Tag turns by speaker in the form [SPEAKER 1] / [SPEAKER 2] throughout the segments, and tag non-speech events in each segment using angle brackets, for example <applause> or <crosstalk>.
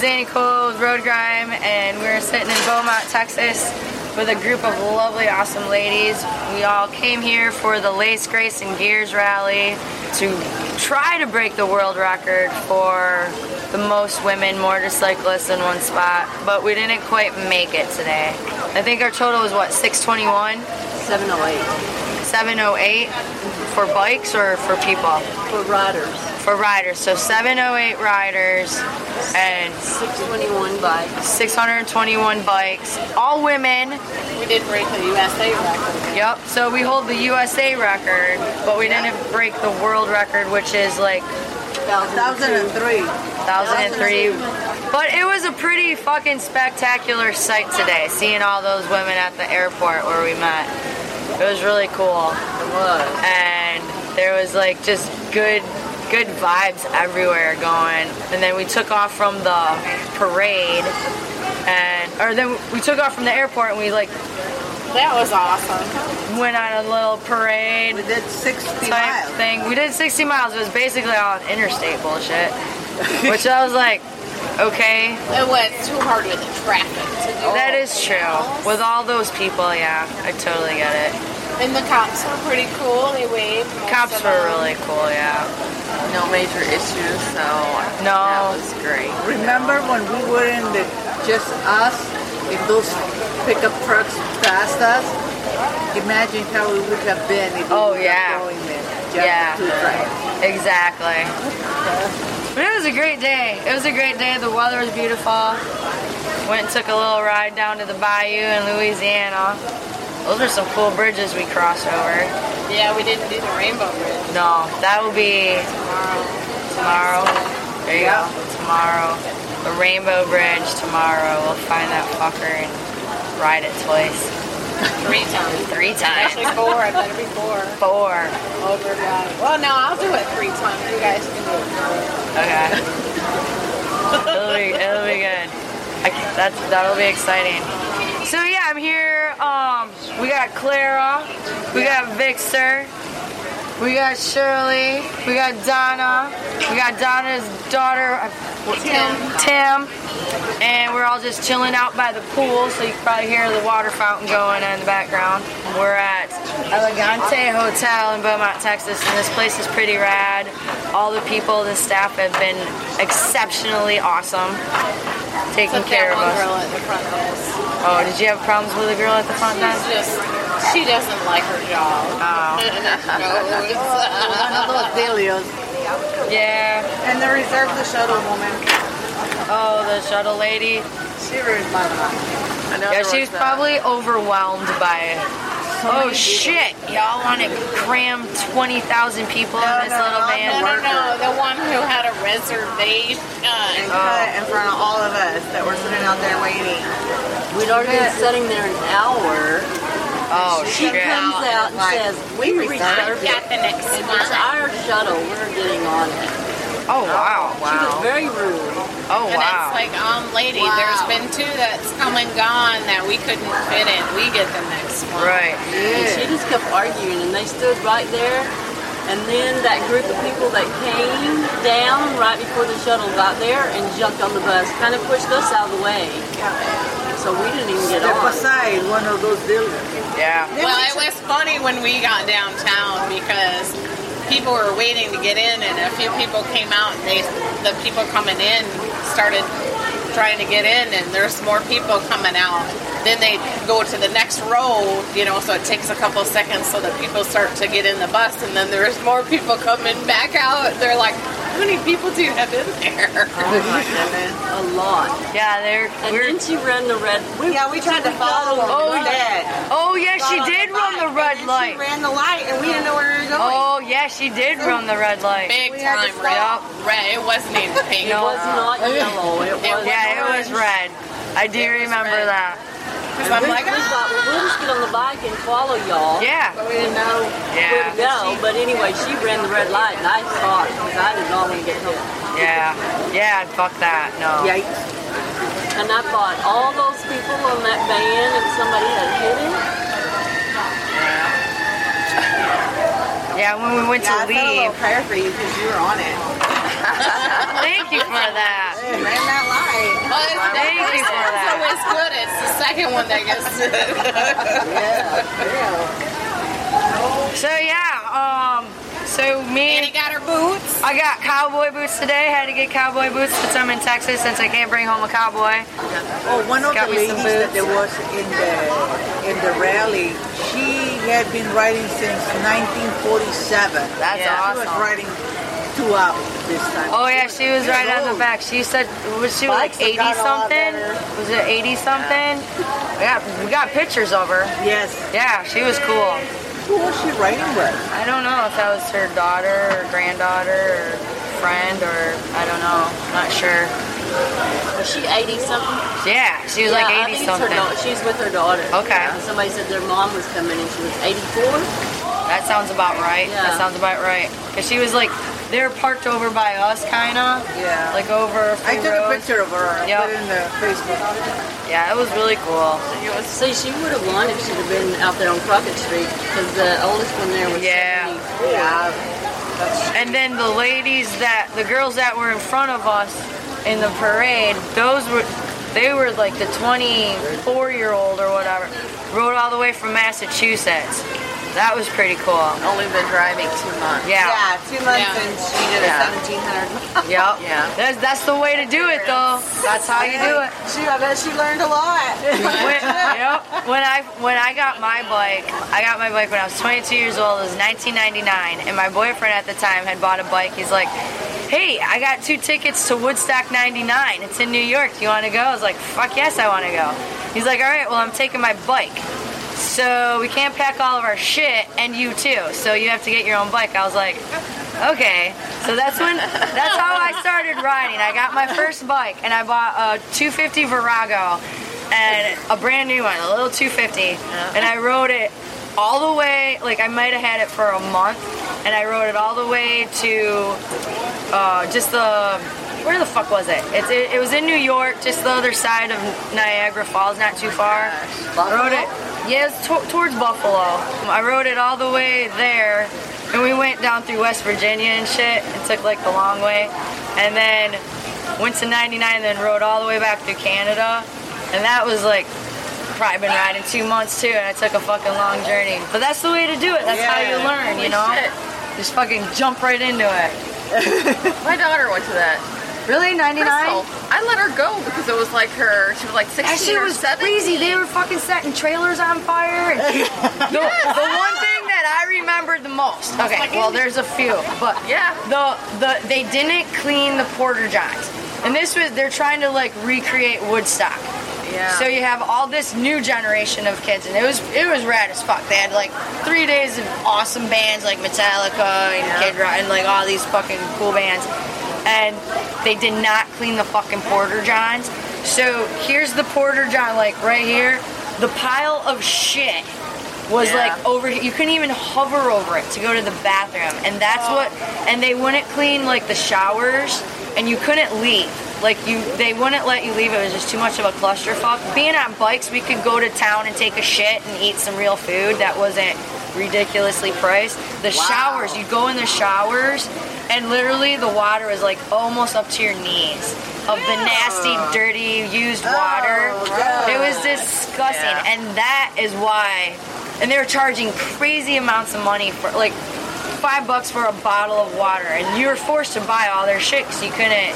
[SPEAKER 1] Zanny Coles, Road Grime, and we were sitting in Beaumont, Texas with a group of lovely, awesome ladies. We all came here for the Lace Grace and Gears Rally to try to break the world record for the most women motorcyclists in one spot, but we didn't quite make it today. I think our total was what, 621?
[SPEAKER 2] 708
[SPEAKER 1] 708 for bikes or for people?
[SPEAKER 2] for riders.
[SPEAKER 1] For riders. So 708 riders and
[SPEAKER 2] 621 bikes.
[SPEAKER 1] 621 bikes, all women.
[SPEAKER 2] We did break the USA record.
[SPEAKER 1] Yep. So we hold the USA record, but we didn't break the world record, which is like
[SPEAKER 2] 1003.
[SPEAKER 1] 1003. But it was a pretty fucking spectacular sight today, seeing all those women at the airport where we met. It was really cool.
[SPEAKER 2] It was.
[SPEAKER 1] and there was like just good good vibes everywhere going and then we took off from the parade and or then we took off from the airport and we like
[SPEAKER 3] That was awesome.
[SPEAKER 1] went on a little parade
[SPEAKER 4] We did 60
[SPEAKER 1] type
[SPEAKER 4] miles.
[SPEAKER 1] thing we did 60 miles it was basically all interstate bullshit which i was like okay
[SPEAKER 3] It was too hard with the traffic to do
[SPEAKER 1] that is true with all those people yeah i totally get it
[SPEAKER 3] And the cops were pretty cool. They waved. most
[SPEAKER 1] cops
[SPEAKER 3] of
[SPEAKER 1] were
[SPEAKER 3] them.
[SPEAKER 1] really cool yeah
[SPEAKER 5] No major issues, so
[SPEAKER 1] No.
[SPEAKER 5] that was
[SPEAKER 2] <laughs>
[SPEAKER 5] great.
[SPEAKER 4] Remember when we were in the just us, if those pickup trucks passed us? Imagine how it would have been if
[SPEAKER 1] Oh,
[SPEAKER 4] we were
[SPEAKER 1] yeah.
[SPEAKER 4] going there. Just
[SPEAKER 1] Yeah.
[SPEAKER 4] the two trucks.
[SPEAKER 1] Exactly. But it was a great day. It was a great day. The weather was beautiful. Went and took a little ride down to the bayou in Louisiana. Those are some cool bridges we crossed over.
[SPEAKER 3] Yeah, we didn't do the Rainbow Bridge
[SPEAKER 1] No, that will be tomorrow. There you go. Tomorrow. The Rainbow Bridge tomorrow. We'll find that fucker and ride it twice.
[SPEAKER 3] three
[SPEAKER 1] <laughs>
[SPEAKER 3] times.
[SPEAKER 1] Three times. <laughs>
[SPEAKER 3] Actually, four. I better be four.
[SPEAKER 1] Four.
[SPEAKER 3] Over about. Well, no, I'll do it three times. You guys can do it.
[SPEAKER 1] Okay. it'll, be, it'll be good. I, c- that's that'll be exciting. So yeah, I'm here. Um, we got Clara, we got Vixer, we got Shirley, we got Donna, we got Donna's daughter, uh, what's her name? Tim, and we're all just chilling out by the pool. So you can probably hear the water fountain going in the background. We're at Elegante Hotel in Beaumont, Texas, and this place is pretty rad. All the people, the staff have been exceptionally awesome, taking
[SPEAKER 3] Except
[SPEAKER 1] care
[SPEAKER 3] that
[SPEAKER 1] of
[SPEAKER 3] one
[SPEAKER 1] us.
[SPEAKER 3] girl at the front desk.
[SPEAKER 1] Oh, did you have problems with a girl at the front desk?
[SPEAKER 3] She's just. She doesn't like her job.
[SPEAKER 1] <laughs> Oh.
[SPEAKER 3] no,
[SPEAKER 4] One of those dealios.
[SPEAKER 1] Yeah.
[SPEAKER 4] And the reserve the shuttle woman.
[SPEAKER 1] Oh, the shuttle lady.
[SPEAKER 4] She ruined my life.
[SPEAKER 5] Another
[SPEAKER 1] Yeah, she was
[SPEAKER 5] that-
[SPEAKER 1] probably overwhelmed by it. Oh shit! Y'all want to cram twenty thousand people
[SPEAKER 4] No,
[SPEAKER 1] in this
[SPEAKER 4] no,
[SPEAKER 1] little
[SPEAKER 4] no,
[SPEAKER 1] van?
[SPEAKER 3] no, no. The one who had a reservation. uh,
[SPEAKER 4] And cut
[SPEAKER 1] Oh.
[SPEAKER 4] in front of all of us that were sitting out there waiting.
[SPEAKER 2] We'd already been sitting there an hour.
[SPEAKER 1] Oh
[SPEAKER 2] She
[SPEAKER 1] shit!
[SPEAKER 2] comes out and
[SPEAKER 4] Like,
[SPEAKER 2] says, We
[SPEAKER 4] we
[SPEAKER 2] reserved
[SPEAKER 4] reserved
[SPEAKER 2] it.
[SPEAKER 3] the next
[SPEAKER 2] If It's our shuttle. We're getting on it.
[SPEAKER 1] Oh wow!
[SPEAKER 2] She
[SPEAKER 1] Wow!
[SPEAKER 2] was very rude.
[SPEAKER 1] Oh
[SPEAKER 3] And it's
[SPEAKER 1] wow!
[SPEAKER 3] like, um, lady,
[SPEAKER 2] Wow.
[SPEAKER 3] there's been two that's come and gone that we couldn't fit in. We get the next one.
[SPEAKER 1] Right.
[SPEAKER 2] And she just kept arguing, and they stood right there. And then that group of people that came down right before the shuttle got there and jumped on the bus kind of pushed us out of the way. So we didn't even get
[SPEAKER 4] Step
[SPEAKER 2] on.
[SPEAKER 4] aside, one of those dealios.
[SPEAKER 1] Yeah.
[SPEAKER 3] Well, it was funny when we got downtown because people were waiting to get in, and a few people came out, and they, the people coming in started trying to get in, and there's more people coming out. Then they go to the next row, you know, so it takes a couple seconds so the people start to get in the bus, and then there's more people coming back out. They're like, how many people do you have in there?
[SPEAKER 4] Oh,
[SPEAKER 2] A lot.
[SPEAKER 1] Yeah. They're.
[SPEAKER 2] And
[SPEAKER 1] We're,
[SPEAKER 2] then she ran the red. We
[SPEAKER 4] Yeah, we tried to follow them.
[SPEAKER 1] Oh,
[SPEAKER 4] We
[SPEAKER 1] yeah.
[SPEAKER 4] did.
[SPEAKER 1] oh yeah, she did run the red
[SPEAKER 4] and then
[SPEAKER 1] light.
[SPEAKER 4] She ran the light, and we didn't know where we were going.
[SPEAKER 1] Oh yeah, she did run the red light.
[SPEAKER 3] Big
[SPEAKER 4] We had to
[SPEAKER 3] time, red.
[SPEAKER 4] stop.
[SPEAKER 3] Red. It wasn't even pink.
[SPEAKER 1] No.
[SPEAKER 2] was
[SPEAKER 1] <laughs>
[SPEAKER 2] not yellow. It was.
[SPEAKER 1] Yeah, it was red. I do remember
[SPEAKER 3] red.
[SPEAKER 1] that.
[SPEAKER 3] 'Cause
[SPEAKER 2] We,
[SPEAKER 3] I'm like,
[SPEAKER 2] we thought, well, we'll just get on the bike and follow y'all.
[SPEAKER 1] Yeah.
[SPEAKER 4] We didn't know.
[SPEAKER 1] Yeah.
[SPEAKER 2] Where to go? But anyway, she ran the red light, and I stopped because I did not want to get hit.
[SPEAKER 1] Yeah. Yeah. and Fuck that. No.
[SPEAKER 4] Yikes.
[SPEAKER 2] And I thought all those people on that van, if somebody had hit it,
[SPEAKER 1] Yeah. When we went
[SPEAKER 4] Yeah,
[SPEAKER 1] to
[SPEAKER 4] I felt a
[SPEAKER 1] leave.
[SPEAKER 4] little prayer for you because you were on it.
[SPEAKER 1] Thank you for that.
[SPEAKER 4] You ran that light.
[SPEAKER 1] <laughs>
[SPEAKER 6] that's good. It's the second one that gets
[SPEAKER 4] <laughs>
[SPEAKER 1] So yeah, um, so me,
[SPEAKER 6] Annie got her boots.
[SPEAKER 1] I got cowboy boots today. Had to get cowboy boots since I'm in Texas, since I can't bring home a cowboy.
[SPEAKER 7] Oh, one of
[SPEAKER 1] Got
[SPEAKER 7] the
[SPEAKER 1] me
[SPEAKER 7] ladies
[SPEAKER 1] some
[SPEAKER 7] that there was in the in the rally, she had been riding since 1947.
[SPEAKER 3] That's
[SPEAKER 7] She was
[SPEAKER 3] awesome.
[SPEAKER 7] riding two up this time. Oh,
[SPEAKER 1] Oh yeah, she was right on the back. She said was she like 80
[SPEAKER 2] Bikes have gotten a lot
[SPEAKER 1] something?
[SPEAKER 2] better.
[SPEAKER 1] Was it 80 something? Yeah, we got pictures of her.
[SPEAKER 7] Yes.
[SPEAKER 1] Yeah, she was cool.
[SPEAKER 7] Who was she riding with?
[SPEAKER 1] I don't know if that was her daughter or granddaughter or friend or I don't know. Not sure.
[SPEAKER 2] Was she 80 something?
[SPEAKER 1] Yeah, she was
[SPEAKER 2] Yeah,
[SPEAKER 1] like 80
[SPEAKER 2] I think it's her
[SPEAKER 1] something.
[SPEAKER 2] daughter. She's with her daughter.
[SPEAKER 1] Okay.
[SPEAKER 2] And somebody said their mom was coming and she was 84.
[SPEAKER 1] That sounds about right. That
[SPEAKER 2] Yeah.
[SPEAKER 1] sounds about right. Cause she was like they were parked over by us, kinda.
[SPEAKER 7] Yeah.
[SPEAKER 1] Like over a
[SPEAKER 7] I
[SPEAKER 1] few
[SPEAKER 7] took a
[SPEAKER 1] rows.
[SPEAKER 7] picture of her. I
[SPEAKER 1] Yep.
[SPEAKER 7] put it in the Facebook.
[SPEAKER 1] Yeah, it was really cool.
[SPEAKER 2] See, she would have won if she'd have been out there on Crockett Street because the oldest one there was
[SPEAKER 1] Yeah.
[SPEAKER 2] 74.
[SPEAKER 7] Yeah.
[SPEAKER 1] And then the ladies that the girls that were in front of us in the parade, those were they were like the 24 year old or whatever, rode all the way from Massachusetts. That was pretty cool.
[SPEAKER 3] Only been driving two months.
[SPEAKER 1] Yeah.
[SPEAKER 7] two months
[SPEAKER 6] Yeah.
[SPEAKER 7] and she did
[SPEAKER 3] Yeah.
[SPEAKER 7] a 1700.
[SPEAKER 1] Yep.
[SPEAKER 3] Yeah.
[SPEAKER 1] That's that's the way to do it though. That's how you do it.
[SPEAKER 7] <laughs> She, I bet she learned a lot.
[SPEAKER 1] when, yep. When I when I got my bike, I got my bike when I was 22 years old. It was 1999, and my boyfriend at the time had bought a bike. He's like, "Hey, I got two tickets to Woodstock '99. It's in New York. Do you want to go?" I was like, "Fuck yes, I want to go." He's like, "All right, well, I'm taking my bike." So we can't pack all of our shit, and you too. So you have to get your own bike. I was like, okay. So that's when, that's how I started riding. I got my first bike, and I bought a 250 Virago, and a brand new one, a little 250, and I rode it all the way. Like I might have had it for a month, and I rode it all the way to uh, just the where the fuck was it? It's it, it was in New York, just the other side of Niagara Falls, not too far. I rode it. Yes, to- towards Buffalo. I rode it all the way there, and we went down through West Virginia and shit. It took like the long way, and then went to 99, and then rode all the way back through Canada, and that was like. Probably been riding two months too, and I took a fucking long journey. But that's the way to do it. That's how you
[SPEAKER 3] Yeah.
[SPEAKER 1] learn, you know.
[SPEAKER 3] Holy shit.
[SPEAKER 1] Just fucking jump right into it.
[SPEAKER 3] My daughter went to that.
[SPEAKER 1] Really, 99?
[SPEAKER 3] Crystal. I let her go because it was like her. She was like 16
[SPEAKER 1] That shit
[SPEAKER 3] or
[SPEAKER 1] was
[SPEAKER 3] 17.
[SPEAKER 1] crazy. They were fucking setting trailers on fire.
[SPEAKER 3] <laughs>
[SPEAKER 1] and- the, the one thing that I remembered the most. Okay, well, there's a few, but
[SPEAKER 3] Yeah.
[SPEAKER 1] the the they didn't clean the porter johns, and this was they're trying to like recreate Woodstock.
[SPEAKER 3] Yeah.
[SPEAKER 1] So you have all this new generation of kids, and it was it was rad as fuck. They had like three days of awesome bands like Metallica and
[SPEAKER 3] Yeah.
[SPEAKER 1] Kid Rock and like all these fucking cool bands, and they did not clean the fucking porter johns. So here's the porter john, like right here, the pile of shit was
[SPEAKER 3] Yeah.
[SPEAKER 1] like over you couldn't even hover over it to go to the bathroom and that's what and they wouldn't clean like the showers and you couldn't leave like you they wouldn't let you leave it was just too much of a clusterfuck being on bikes we could go to town and take a shit and eat some real food that wasn't ridiculously priced the showers you'd go in the showers and literally the water was like almost up to your knees of the nasty dirty used water it was disgusting
[SPEAKER 3] Yeah.
[SPEAKER 1] and that is why and they were charging crazy amounts of money for like five bucks for a bottle of water and you were forced to buy all their shit because you couldn't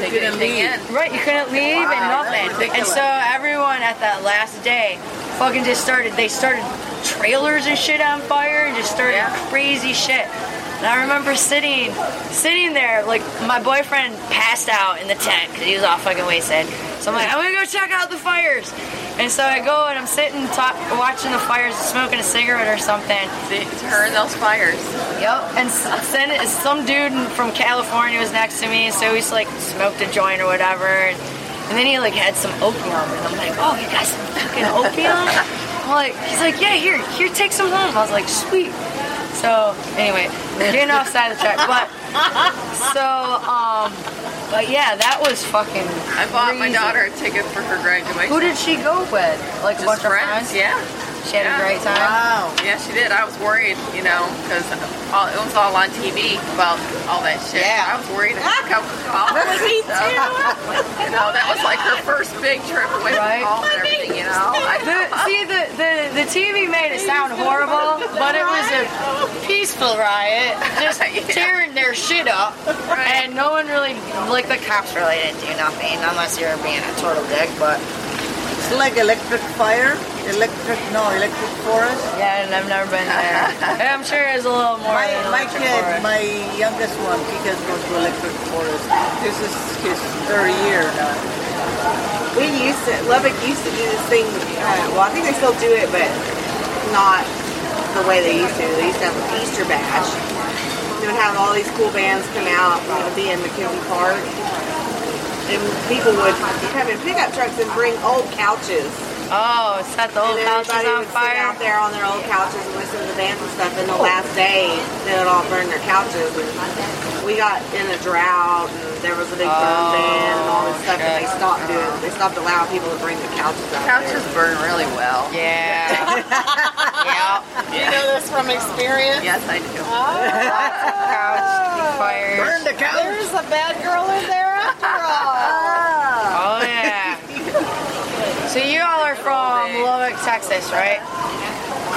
[SPEAKER 3] They didn't
[SPEAKER 7] leave.
[SPEAKER 3] in.
[SPEAKER 1] Right, you couldn't leave and nothing. And so everyone at that last day fucking just started, they started trailers and shit on fire and just started
[SPEAKER 3] Yeah.
[SPEAKER 1] crazy shit. And I remember sitting, sitting there, like my boyfriend passed out in the tent because he was all fucking wasted. So I'm like, I'm gonna go check out the fires. And so I go and I'm sitting, talk, watching the fires, smoking a cigarette or something.
[SPEAKER 3] It's her and those fires.
[SPEAKER 1] Yep. And s- then it- some dude in- from California was next to me, so he's like smoked a joint or whatever, and, and then he like had some opium, and I'm like, oh, you got some fucking opium? I'm like, he's like, yeah, here, here, take some home. I was like, sweet. So anyway, getting off side of the track, but so um, but yeah, that was fucking.
[SPEAKER 3] I bought
[SPEAKER 1] crazy.
[SPEAKER 3] my daughter a ticket for her graduation.
[SPEAKER 1] Who did she go with? Like a bunch
[SPEAKER 3] Just
[SPEAKER 1] of
[SPEAKER 3] friends.
[SPEAKER 1] friends.
[SPEAKER 3] Yeah.
[SPEAKER 1] She had
[SPEAKER 3] Yeah.
[SPEAKER 1] a great time.
[SPEAKER 7] <laughs> Wow.
[SPEAKER 3] Yeah, she did. I was worried, you know, because it was all on TV about all that shit.
[SPEAKER 7] Yeah.
[SPEAKER 3] <laughs>
[SPEAKER 1] <laughs>
[SPEAKER 3] I was worried. I could come to college and stuff. You know, that was like her first big trip away
[SPEAKER 1] Right.
[SPEAKER 3] from home and everything, you know? I
[SPEAKER 1] The, see, the, the, the TV made it sound horrible, but it was a peaceful riot, <laughs> just tearing their shit up, and no one really, like the cops really didn't do nothing unless you were being a total dick. But
[SPEAKER 7] It's like electric fire, electric no, electric forest.
[SPEAKER 1] yeah, and I've never been there. And <laughs> I'm sure it's a little more.
[SPEAKER 7] My,
[SPEAKER 1] than
[SPEAKER 7] my
[SPEAKER 1] electric
[SPEAKER 7] kid,
[SPEAKER 1] forest.
[SPEAKER 7] my youngest one, he has gone to electric forest. This is his third year now.
[SPEAKER 4] We used to, Lubbock used to do this thing. Uh, well, I think they still do it, but not the way they used to. They used to have an Easter bash. They would have all these cool bands come out. It would be in McKenzie Park, and people would come in pickup trucks and bring old couches.
[SPEAKER 1] oh, set the old
[SPEAKER 4] and
[SPEAKER 1] house
[SPEAKER 4] everybody
[SPEAKER 1] on
[SPEAKER 4] would sit
[SPEAKER 1] fire.
[SPEAKER 4] out there on their old couches and listen to the bands and stuff. And the last day, they would all burn their couches. And we got in a drought, and there was a big burn ban and all this stuff. And they stopped doing. They stopped allowing people to bring the couches out.
[SPEAKER 3] couches burn really well.
[SPEAKER 7] <laughs>
[SPEAKER 1] Yeah. yeah.
[SPEAKER 6] You know this from experience.
[SPEAKER 3] Yes, I do.
[SPEAKER 1] Couch fires.
[SPEAKER 7] the couch.
[SPEAKER 6] There's a bad girl in there after all.
[SPEAKER 1] Oh yeah. so you all are from Lubbock, Texas, right?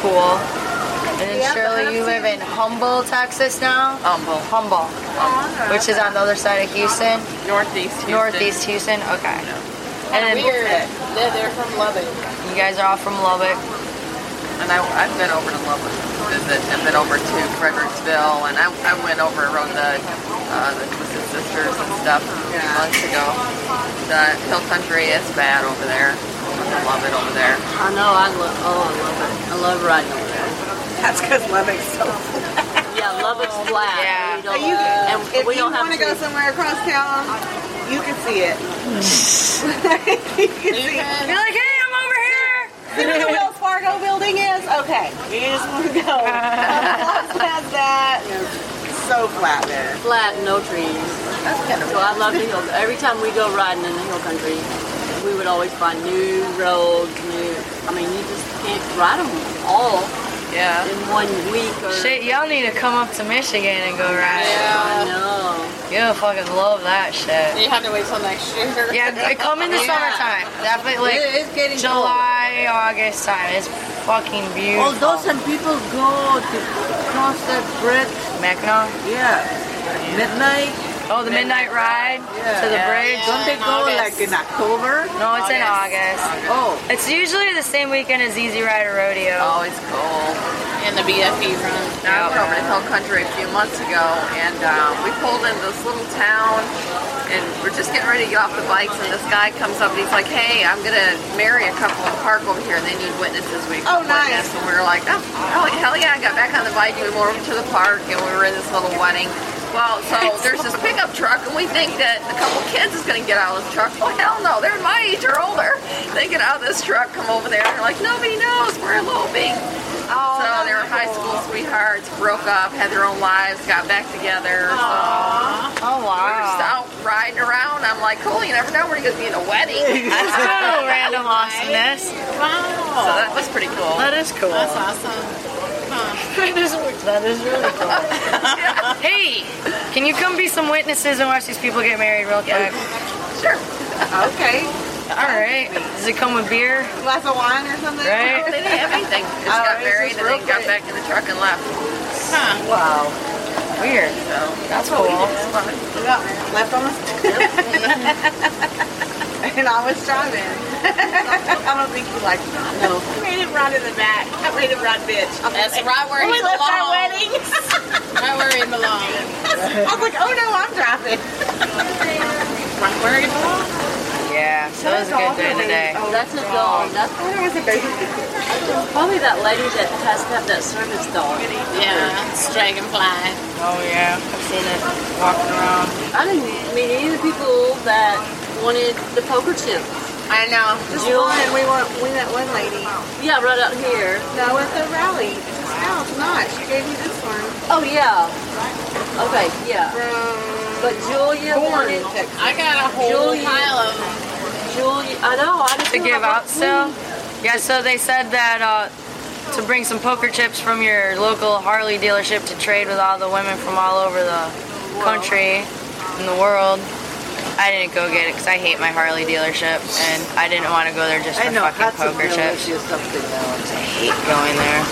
[SPEAKER 1] Cool. And then Shirley, you live in Humble, Texas now.
[SPEAKER 3] Humble.
[SPEAKER 1] Humble,
[SPEAKER 6] Uh-huh.
[SPEAKER 1] which is on the other side of Houston,
[SPEAKER 3] Northeast Houston.
[SPEAKER 1] Northeast Houston. Okay. And then
[SPEAKER 6] Weird. Yeah, they're from Lubbock.
[SPEAKER 1] you guys are all from Lubbock.
[SPEAKER 3] And I, I've been over to Lubbock to visit. I've been over to Fredericksville, and I, I went over on the, uh, the Twisted Sisters and stuff a few months ago. The hill country is bad over there. I love it over there.
[SPEAKER 2] I know. I love. Oh, I love it. I love riding over there.
[SPEAKER 4] <laughs> That's because Lubbock's so.
[SPEAKER 2] Yeah, Lubbock's flat.
[SPEAKER 1] Yeah.
[SPEAKER 2] We don't,
[SPEAKER 4] You,
[SPEAKER 2] and
[SPEAKER 4] if
[SPEAKER 2] we
[SPEAKER 4] you
[SPEAKER 2] don't have
[SPEAKER 4] want to go somewhere across town, you can see it. <laughs> you can see.
[SPEAKER 1] You're like, hey, I'm over here.
[SPEAKER 4] See where the Wells Fargo building is? Okay, you just want to
[SPEAKER 1] <laughs>
[SPEAKER 4] go. Past that. It's so flat there.
[SPEAKER 2] flat, no trees.
[SPEAKER 3] That's kind of
[SPEAKER 2] So I love the hills. Every time we go riding in the hill country, we would always find new roads, new. I mean, you just can't ride them all
[SPEAKER 3] yeah.
[SPEAKER 2] in one week or.
[SPEAKER 1] Shit, y'all need to come up to Michigan and go ride.
[SPEAKER 2] I
[SPEAKER 6] Yeah.
[SPEAKER 2] know.
[SPEAKER 1] You'll fucking love that shit.
[SPEAKER 6] You have to wait till next year.
[SPEAKER 1] Yeah, come in the
[SPEAKER 2] Yeah.
[SPEAKER 1] summertime. Definitely.
[SPEAKER 7] It is getting Oh,
[SPEAKER 1] July, August time. It's fucking beautiful.
[SPEAKER 7] Although some people go to cross that bridge,
[SPEAKER 1] Mackinac.
[SPEAKER 7] yeah, midnight.
[SPEAKER 1] Oh, the midnight ride to the bridge.
[SPEAKER 7] Don't they go like in October?
[SPEAKER 1] No, it's in August.
[SPEAKER 7] Oh,
[SPEAKER 1] It's usually the same weekend as Easy Rider Rodeo.
[SPEAKER 3] Always cool.
[SPEAKER 6] In the BFE run.
[SPEAKER 3] Now, I went over to Hill Country a few months ago, and um, we pulled into this little town, and we're just getting ready to get off the bikes, and this guy comes up and he's like, "Hey, I'm gonna marry a couple in the park over here, and they need witnesses." We
[SPEAKER 4] Oh, nice.
[SPEAKER 3] witness, and we were like, "Oh, hell, hell yeah!" I got back on the bike, and we went over to the park, and we were in this little wedding. Well, so there's this pickup truck, and we think that a couple kids is gonna get out of this truck. Well, hell no, they're my age or older. They get out of this truck, come over there, and they're like, "Nobody knows, we're eloping."
[SPEAKER 4] Oh,
[SPEAKER 3] So they were high school sweethearts, broke up, had their own lives, got back together. So
[SPEAKER 1] Oh
[SPEAKER 3] we're just
[SPEAKER 1] wow.
[SPEAKER 3] out riding around. I'm like, cool, you never know, we're gonna be in a wedding.
[SPEAKER 1] That's total
[SPEAKER 7] <laughs>
[SPEAKER 1] random awesomeness.
[SPEAKER 3] So
[SPEAKER 6] Wow.
[SPEAKER 3] that was pretty cool.
[SPEAKER 1] That is cool.
[SPEAKER 6] That's awesome.
[SPEAKER 7] <laughs>
[SPEAKER 1] that is that is really cool. hey, can you come be some witnesses and watch these people get married real quick?
[SPEAKER 3] Sure.
[SPEAKER 4] Okay,
[SPEAKER 1] All right. Does it come with beer?
[SPEAKER 4] glass of wine or something.
[SPEAKER 1] Right.
[SPEAKER 3] They didn't have anything. Just
[SPEAKER 4] Oh,
[SPEAKER 3] got
[SPEAKER 4] it's
[SPEAKER 3] married
[SPEAKER 4] just
[SPEAKER 3] and then
[SPEAKER 4] real
[SPEAKER 3] got
[SPEAKER 4] quick.
[SPEAKER 3] back in the truck and left.
[SPEAKER 6] Huh.
[SPEAKER 4] Wow.
[SPEAKER 1] Weird.
[SPEAKER 3] So
[SPEAKER 1] That's cool.
[SPEAKER 3] it's fun.
[SPEAKER 4] We got left on the <laughs> And I was driving. <laughs> I don't think you like it. No. Made him ride in the back. I made him ride bitch. I'm
[SPEAKER 6] That's
[SPEAKER 4] like,
[SPEAKER 6] right where he
[SPEAKER 4] We left our
[SPEAKER 6] belongs.
[SPEAKER 4] wedding.
[SPEAKER 6] Right where he belongs.
[SPEAKER 4] <laughs> I was like, oh no, I'm driving.
[SPEAKER 6] Right where he belongs.
[SPEAKER 1] Yeah. So it was a good day today.
[SPEAKER 4] Oh,
[SPEAKER 2] That's a dog. That's
[SPEAKER 4] there was a baby.
[SPEAKER 2] probably that lady that has to have that service dog.
[SPEAKER 6] Yeah, it's dragonfly.
[SPEAKER 1] Oh yeah. I've seen it walking around.
[SPEAKER 2] I didn't meet any of the people that wanted the poker chips.
[SPEAKER 4] I know. Just
[SPEAKER 2] You-
[SPEAKER 4] one. We want. We met one lady.
[SPEAKER 2] Yeah, right out here.
[SPEAKER 4] No, at the rally. At this house, not. She gave me this one
[SPEAKER 2] Oh yeah. Okay, yeah.
[SPEAKER 4] from
[SPEAKER 2] But Julia wanted
[SPEAKER 4] Warren, Texas.
[SPEAKER 6] I got a whole
[SPEAKER 2] Julia.
[SPEAKER 6] pile of them.
[SPEAKER 2] Julia. I know. I just
[SPEAKER 1] to
[SPEAKER 2] feel
[SPEAKER 1] give
[SPEAKER 2] like
[SPEAKER 1] out
[SPEAKER 2] I'm
[SPEAKER 1] still?
[SPEAKER 2] clean.
[SPEAKER 1] Yeah, so they said that uh, to bring some poker chips from your local Harley dealership to trade with all the women from all over the country and the world. I didn't go get it because I hate my Harley dealership, and I didn't want to go there just for
[SPEAKER 7] I know
[SPEAKER 1] fucking
[SPEAKER 7] hats and
[SPEAKER 1] poker chips.
[SPEAKER 7] delicious something
[SPEAKER 1] I
[SPEAKER 7] else.
[SPEAKER 1] hate going there.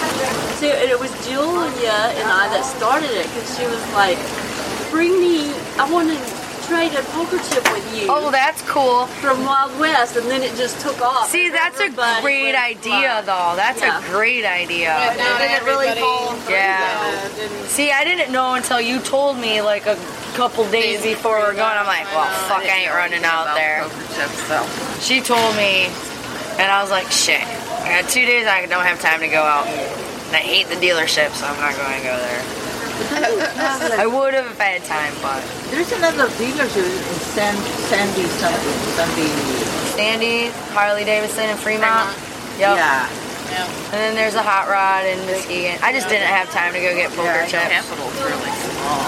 [SPEAKER 2] So it was Julia and I that started it because she was like, "Bring me, I want to trade a poker chip with you."
[SPEAKER 1] Oh, that's cool.
[SPEAKER 2] from Wild West, and then it just took off.
[SPEAKER 1] See, that's a
[SPEAKER 2] Everybody
[SPEAKER 1] great
[SPEAKER 2] went
[SPEAKER 1] idea,
[SPEAKER 2] wild.
[SPEAKER 1] though. That's
[SPEAKER 2] Yeah.
[SPEAKER 1] a great idea.
[SPEAKER 6] But not
[SPEAKER 4] didn't really
[SPEAKER 6] everybody,
[SPEAKER 4] fall through,
[SPEAKER 1] Yeah.
[SPEAKER 6] uh, didn't
[SPEAKER 1] See, I didn't know until you told me like a couple days
[SPEAKER 6] Days
[SPEAKER 1] before we were going. I'm like, well, fuck, I ain't running out
[SPEAKER 3] About
[SPEAKER 1] there.
[SPEAKER 3] Poker chips, so.
[SPEAKER 1] She told me, and I was like, shit. I got two days I don't have time to go out. And I hate the dealership, so I'm not going to go there. I would have if I had time, but
[SPEAKER 7] There's another dealership in San, Sandy something. Sandy.
[SPEAKER 1] Sandy, Harley Davidson, and Fremont.
[SPEAKER 6] Fremont.
[SPEAKER 1] Yep.
[SPEAKER 7] Yeah.
[SPEAKER 6] Yeah.
[SPEAKER 1] And then there's a hot rod in Muskegon. I just didn't have time to go get poker
[SPEAKER 3] Yeah,
[SPEAKER 1] chips.
[SPEAKER 3] Capital's really small.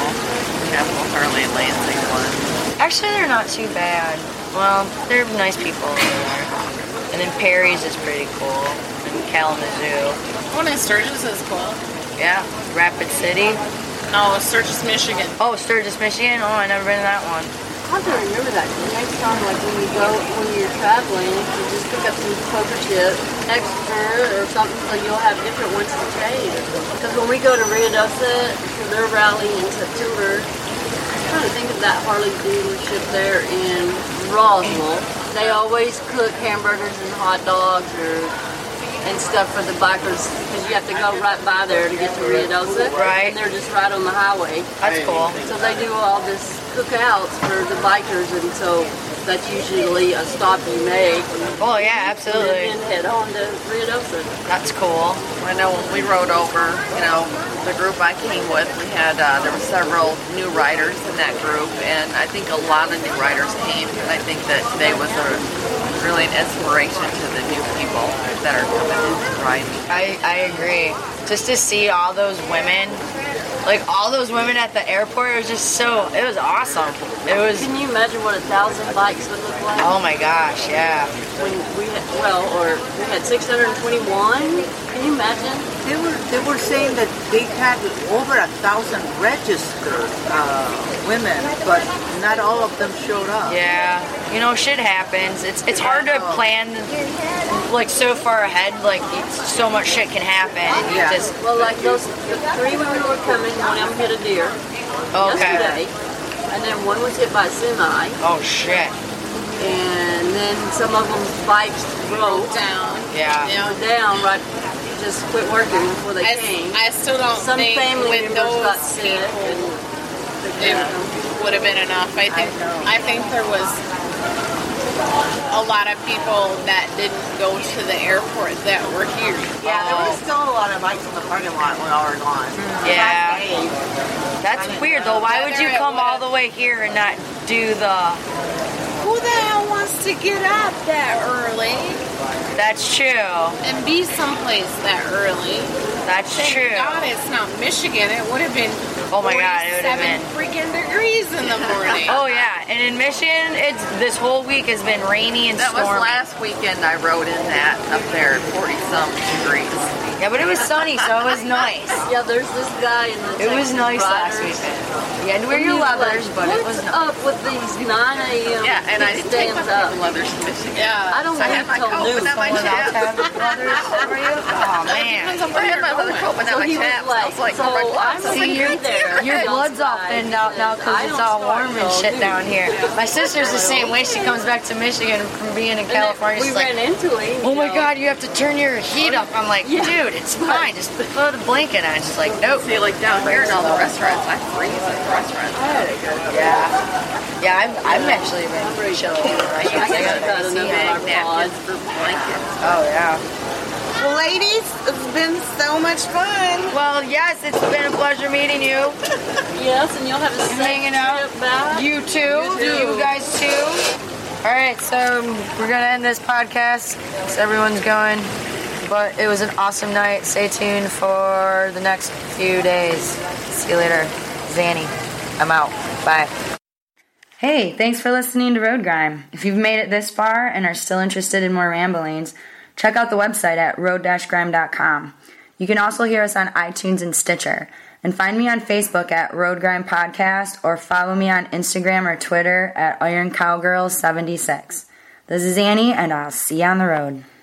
[SPEAKER 3] Capital Harley Lansing one.
[SPEAKER 1] Actually, they're not too bad. Well, they're nice people over there. And then Perry's is pretty cool. And Kalamazoo.
[SPEAKER 6] One in Sturgis is cool.
[SPEAKER 1] Yeah. Rapid City.
[SPEAKER 6] No, Sturgis, Michigan.
[SPEAKER 1] Oh, Sturgis, Michigan. Oh, I never been to that one.
[SPEAKER 2] I don't remember that. The next time, like when you go when you're traveling, you just pick up some poker chip extra or something, so you'll have different ones to trade. Because when we go to Rio Dosa for their rally in September, I'm trying to think of that Harley dealership there in Roswell. They always cook hamburgers and hot dogs or and stuff for the bikers because you have to go right by there to get to Rio Dosa.
[SPEAKER 1] Right.
[SPEAKER 2] And they're just right on the highway.
[SPEAKER 1] That's cool.
[SPEAKER 2] So they do all this cookouts for the bikers, and so that's usually a stop you make.
[SPEAKER 1] Oh yeah,
[SPEAKER 2] And
[SPEAKER 1] absolutely.
[SPEAKER 2] then head on to Rio Dosa.
[SPEAKER 1] That's cool.
[SPEAKER 3] I know when we rode over, you know, the group I came with, we had, uh, there were several new riders in that group, and I think a lot of new riders came, and I think that they was a, really an inspiration to the new people that are coming in to ride.
[SPEAKER 1] I, I agree. Just to see all those women, like all those women at the airport, it was just so, it was awesome. It was,
[SPEAKER 2] Can you imagine what a thousand bikes would look like
[SPEAKER 1] oh my gosh, yeah.
[SPEAKER 2] when we had, well, or we had 621? Can you imagine?
[SPEAKER 7] They were they were saying that they had over a thousand registered uh, women, but not all of them showed up.
[SPEAKER 1] Yeah, you know, shit happens. It's it's hard to plan like so far ahead. Like it's- so much shit can happen. And you
[SPEAKER 7] Yeah.
[SPEAKER 1] just
[SPEAKER 2] Well, like those the three women were coming when I hit a deer
[SPEAKER 1] okay.
[SPEAKER 2] yesterday, and then one was hit by a semi,
[SPEAKER 1] Oh shit.
[SPEAKER 2] and then some of them's bikes broke
[SPEAKER 6] Down.
[SPEAKER 1] Yeah.
[SPEAKER 6] Yeah.
[SPEAKER 2] down right, just quit working before they
[SPEAKER 6] I,
[SPEAKER 2] came.
[SPEAKER 6] I still don't
[SPEAKER 2] Some
[SPEAKER 6] think
[SPEAKER 2] family
[SPEAKER 6] with
[SPEAKER 2] members
[SPEAKER 6] those
[SPEAKER 2] got sick and
[SPEAKER 6] people it
[SPEAKER 2] yeah.
[SPEAKER 6] would have been enough. I think I, think there was a lot of people that didn't go to the airport that were here.
[SPEAKER 4] Yeah, there was still a lot of bikes in the parking lot when all were gone.
[SPEAKER 1] Yeah.
[SPEAKER 4] Hey,
[SPEAKER 1] That's weird though. Why would you come all the way here and not do the?
[SPEAKER 6] Who the hell wants to get up that early
[SPEAKER 1] That's true.
[SPEAKER 6] and be someplace that early?
[SPEAKER 1] That's
[SPEAKER 6] Thank
[SPEAKER 1] true.
[SPEAKER 6] God it's not Michigan. It would have been
[SPEAKER 1] Oh my God, it would have
[SPEAKER 6] 47 freaking degrees in the morning.
[SPEAKER 1] <laughs> Oh yeah, and in Michigan, it's this whole week has been rainy and
[SPEAKER 3] That was
[SPEAKER 1] stormy.
[SPEAKER 3] last weekend I rode in that up there at 40 some degrees.
[SPEAKER 1] Yeah, but it was sunny, so it was nice.
[SPEAKER 2] Yeah, there's this guy in the
[SPEAKER 1] It was
[SPEAKER 2] Texas
[SPEAKER 1] nice last
[SPEAKER 2] Riders,
[SPEAKER 1] weekend. Yeah, and wear
[SPEAKER 2] and
[SPEAKER 1] your
[SPEAKER 2] he's like,
[SPEAKER 1] leathers, but it
[SPEAKER 2] What's
[SPEAKER 1] was nice.
[SPEAKER 2] up with these 9 a.m.
[SPEAKER 3] Yeah, and I didn't take my
[SPEAKER 2] stands up?
[SPEAKER 3] fucking leathers to Michigan.
[SPEAKER 6] Yeah.
[SPEAKER 2] I don't
[SPEAKER 3] I had
[SPEAKER 2] leave
[SPEAKER 3] my
[SPEAKER 2] till
[SPEAKER 3] coat, but
[SPEAKER 2] noon.
[SPEAKER 3] not my
[SPEAKER 1] Someone else
[SPEAKER 3] chaps.
[SPEAKER 1] have leathers for you? Oh man.
[SPEAKER 3] I had my leather coat, but
[SPEAKER 2] So
[SPEAKER 3] not my
[SPEAKER 2] he was
[SPEAKER 3] chaps. I was
[SPEAKER 2] like, so
[SPEAKER 3] like, oh my God,
[SPEAKER 2] I'm
[SPEAKER 3] I was like,
[SPEAKER 1] See, your,
[SPEAKER 2] You're there.
[SPEAKER 1] your
[SPEAKER 2] You're
[SPEAKER 1] blood's all
[SPEAKER 2] outside.
[SPEAKER 1] thinned out now because
[SPEAKER 2] I
[SPEAKER 1] it's
[SPEAKER 2] don't
[SPEAKER 1] all
[SPEAKER 2] start
[SPEAKER 1] warm and
[SPEAKER 2] till
[SPEAKER 1] shit
[SPEAKER 2] noon.
[SPEAKER 1] down here. My sister's the same way. She comes back to Michigan from being in California.
[SPEAKER 2] We
[SPEAKER 1] She's like,
[SPEAKER 2] ran into him.
[SPEAKER 1] oh my
[SPEAKER 2] you know.
[SPEAKER 1] god, you have to turn your heat up. I'm like,
[SPEAKER 2] Yeah.
[SPEAKER 1] dude, it's fine. Just throw the blanket on. She's like, nope.
[SPEAKER 3] See, like down here in all the restaurants, I freeze at the restaurants.
[SPEAKER 1] Yeah. Oh, Yeah, I'm, I'm actually been
[SPEAKER 3] <laughs>
[SPEAKER 1] chilling. Right?
[SPEAKER 2] I guess I got
[SPEAKER 3] See,
[SPEAKER 2] enough
[SPEAKER 3] bag
[SPEAKER 2] of our
[SPEAKER 3] napkins for blankets.
[SPEAKER 1] Oh, yeah.
[SPEAKER 4] Well, ladies, it's been so much fun.
[SPEAKER 1] Well, yes, it's been a pleasure meeting you.
[SPEAKER 2] pods. Yes, and you'll have a safe
[SPEAKER 1] hanging out.
[SPEAKER 2] trip back.
[SPEAKER 1] You too. You, guys too. All right, so we're gonna end this podcast. 'cause everyone's going, but it was an awesome night. Stay tuned for the next few days. See you later, Zanny. I'm out. Bye. Hey, thanks for listening to Road Grime. If you've made it this far and are still interested in more ramblings, check out the website at road-grime.com. You can also hear us on iTunes and Stitcher.
[SPEAKER 8] And find me on Facebook at Road Grind Podcast or follow me on Instagram or Twitter at Iron Cowgirl76. This is Annie, and I'll see you on the road.